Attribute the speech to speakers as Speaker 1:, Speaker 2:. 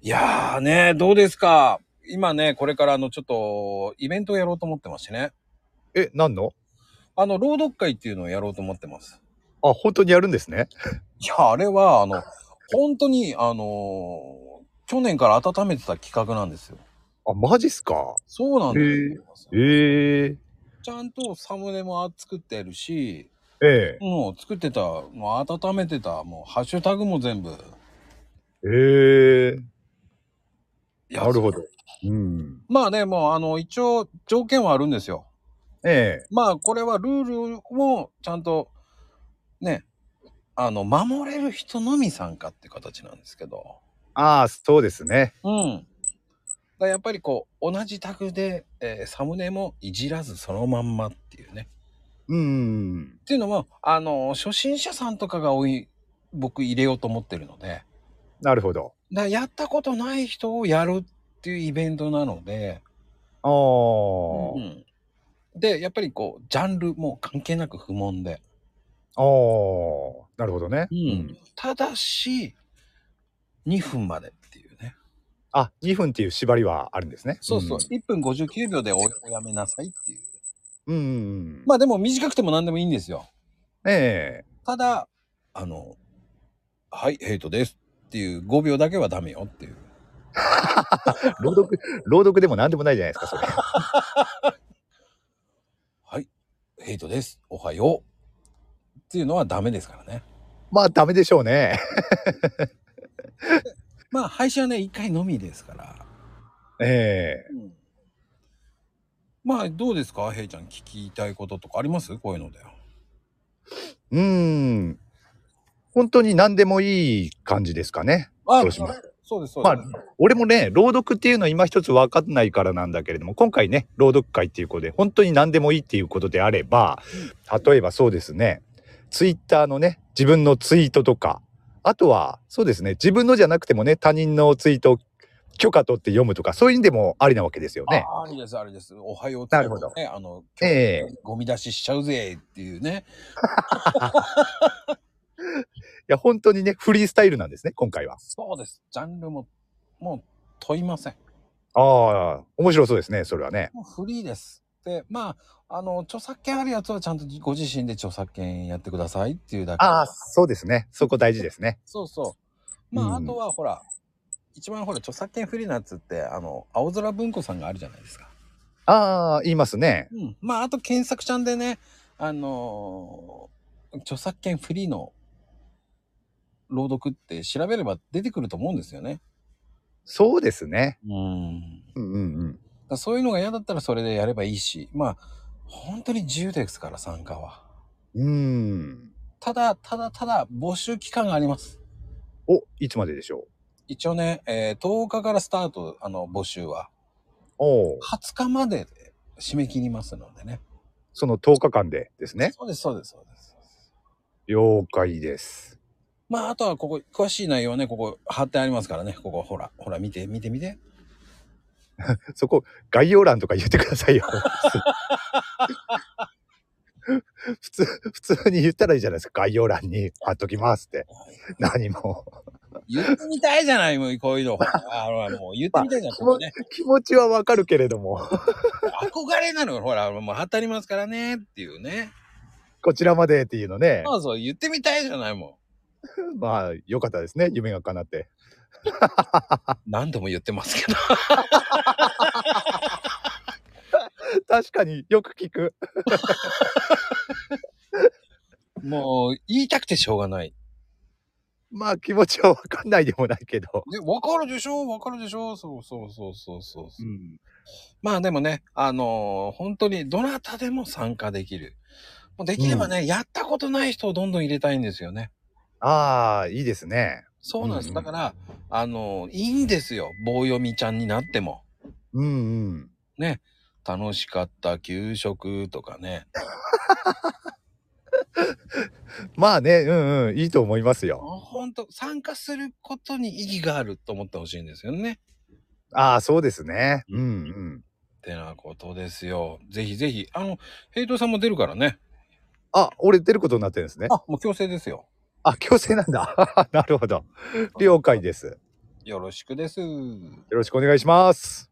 Speaker 1: いやーね、どうですか。今ね、これからあの、ちょっと、イベントをやろうと思ってましてね。
Speaker 2: え、何の
Speaker 1: あの、朗読会っていうのをやろうと思ってます。
Speaker 2: あ、本当にやるんですね。
Speaker 1: いや、あれは、あの、本当に、あのー去年から温めてた企画なんですよ。
Speaker 2: あ、マジっすか
Speaker 1: そうなんですよ。
Speaker 2: ええ
Speaker 1: ちゃんとサムネも作ってるし、
Speaker 2: ええ
Speaker 1: もう作ってた、もう温めてた、もうハッシュタグも全部。
Speaker 2: ええ
Speaker 1: や
Speaker 2: なるほど。うん。
Speaker 1: まあね、もうあの、一応条件はあるんですよ。
Speaker 2: え
Speaker 1: まあこれはルールをちゃんとねあの守れる人のみ参加って形なんですけど
Speaker 2: ああ、そうですね。
Speaker 1: うんだからやっぱりこう同じタグで、えーサムネもいじらずそのまんまっていうね
Speaker 2: うん
Speaker 1: っ。ていうのもあの初心者さんとかが多い僕入れようと思ってるのでだか
Speaker 2: なるほど。
Speaker 1: らやったことない人をやるっていうイベントなので、
Speaker 2: ああ、
Speaker 1: うんでやっぱりこうジャンルも関係なく不問で
Speaker 2: ああ、なるほどね。
Speaker 1: うん。ただし2分までっていうね
Speaker 2: あ、2分っていう縛りはあるんですね。
Speaker 1: そうそう、1分59秒でおおやめなさいっていう
Speaker 2: うん。うん。
Speaker 1: まあでも短くても何でもいいんですよ
Speaker 2: ええ
Speaker 1: ただあの「はいヘイトです」っていう5秒だけはダメよっていう
Speaker 2: 朗読、朗読でも何でもないじゃないですか、それ。
Speaker 1: 「はいヘイトですおはよう」っていうのはダメですからね
Speaker 2: まあ、ダメでしょうね。
Speaker 1: まあ配信はね1回のみですから、
Speaker 2: ええ
Speaker 1: まあどうですかヘイちゃん聞きたいこととかありますこういうので
Speaker 2: うん。本当に何でもいい感じですかね。
Speaker 1: あ
Speaker 2: そうしま
Speaker 1: そうですそう
Speaker 2: ま
Speaker 1: で
Speaker 2: あ
Speaker 1: す、、
Speaker 2: 俺もね、朗読っていうのは今一つ分かんないからなんだけれども、今回ね、朗読会っていうことで、本当に何でもいいっていうことであれば、例えばそうですね、ツイッターのね、自分のツイートとか、あとは、そうですね、自分のじゃなくてもね、他人のツイートを許可取って読むとか、そういうんでもありなわけですよね。
Speaker 1: ああれです、あれです。おはよう
Speaker 2: なるほど
Speaker 1: ね、あの、
Speaker 2: ええ
Speaker 1: ゴミ出ししちゃうぜっていうね。
Speaker 2: いや、本当にね、フリースタイルなんですね、今回は。
Speaker 1: そうです。ジャンルも、もう問いません。
Speaker 2: ああ、面白そうですね、それはね。
Speaker 1: もうフリーです。で、まあ、あの、著作権あるやつはちゃんとご自身で著作権やってくださいっていうだけ。
Speaker 2: ああ、そうですね。そこ大事ですね。
Speaker 1: そうそう。まあ、
Speaker 2: うん
Speaker 1: あとはほら、一番ほら、著作権フリーなやつって、あの、青空文庫さんがあるじゃないですか。
Speaker 2: ああ、言いますね。
Speaker 1: うん。まあ、あと検索ちゃんでね、あのー著作権フリーの朗読って調べれば出てくると思うんですよね。
Speaker 2: そうですね。
Speaker 1: うん。だか
Speaker 2: うんうんうん。
Speaker 1: らそういうのが嫌だったらそれでやればいいし、まあ、本当に自由ですから参加は。
Speaker 2: うん。
Speaker 1: ただ、ただ、ただ、募集期間があります。
Speaker 2: お、いつまででしょう
Speaker 1: 一応ね、えー10日からスタート、あの、募集は。
Speaker 2: おう
Speaker 1: 20日までで締め切りますのでね。
Speaker 2: その10日間でですね。
Speaker 1: そうです、そうです、そうです。
Speaker 2: 了解です。
Speaker 1: まあ、あとはここ、詳しい内容はね、ここ貼ってありますからね。ここ、ほら、ほら、見て、見て、見て。
Speaker 2: そこ、概要欄とか言ってくださいよ。普通、 普通に言ったらいいじゃないですか。概要欄に貼っときますって。何も。
Speaker 1: 言ってみたいじゃない、もう、こういうの。ほらあほら、もう言ってみたいじゃん、ここね。
Speaker 2: 気持ちはわかるけれども、
Speaker 1: 憧れなのよ、ほら、もう貼ってありますからね、っていうね。
Speaker 2: こちらまでっていうのね。
Speaker 1: そうそう、言ってみたいじゃないもん。
Speaker 2: まあ、よかったですね。夢が叶って。
Speaker 1: 何度も言ってますけど。
Speaker 2: 確かによく聞く。
Speaker 1: もう、言いたくてしょうがない。
Speaker 2: まあ、気持ちはわかんないでもないけど。
Speaker 1: ね、わかるでしょわかるでしょそうそうそうそうそうそうう。
Speaker 2: ん。
Speaker 1: まあでもね、あのー本当にどなたでも参加できる。もうできればね、やったことない人をどんどん入れたいんですよね。
Speaker 2: ああ、いいですね。
Speaker 1: そうなんです。
Speaker 2: うんうん
Speaker 1: だから、あのーいいんですよ。棒読みちゃんになっても。
Speaker 2: うんうん。
Speaker 1: ね。楽しかった給食とかね。
Speaker 2: まあね、うんうん、いいと思いますよ。
Speaker 1: 本当参加することに意義があると思ってほしいんですよね。
Speaker 2: ああ、そうですね。
Speaker 1: う
Speaker 2: うんんうん。
Speaker 1: ってなことですよ。ぜひぜひ、あの、平等さんも出るからね。
Speaker 2: あ、俺出ることになってるんですね。
Speaker 1: あ、もう強制ですよ。
Speaker 2: あ、強制なんだ。なるほど。了解です。
Speaker 1: よろしくです。
Speaker 2: よろしくお願いします。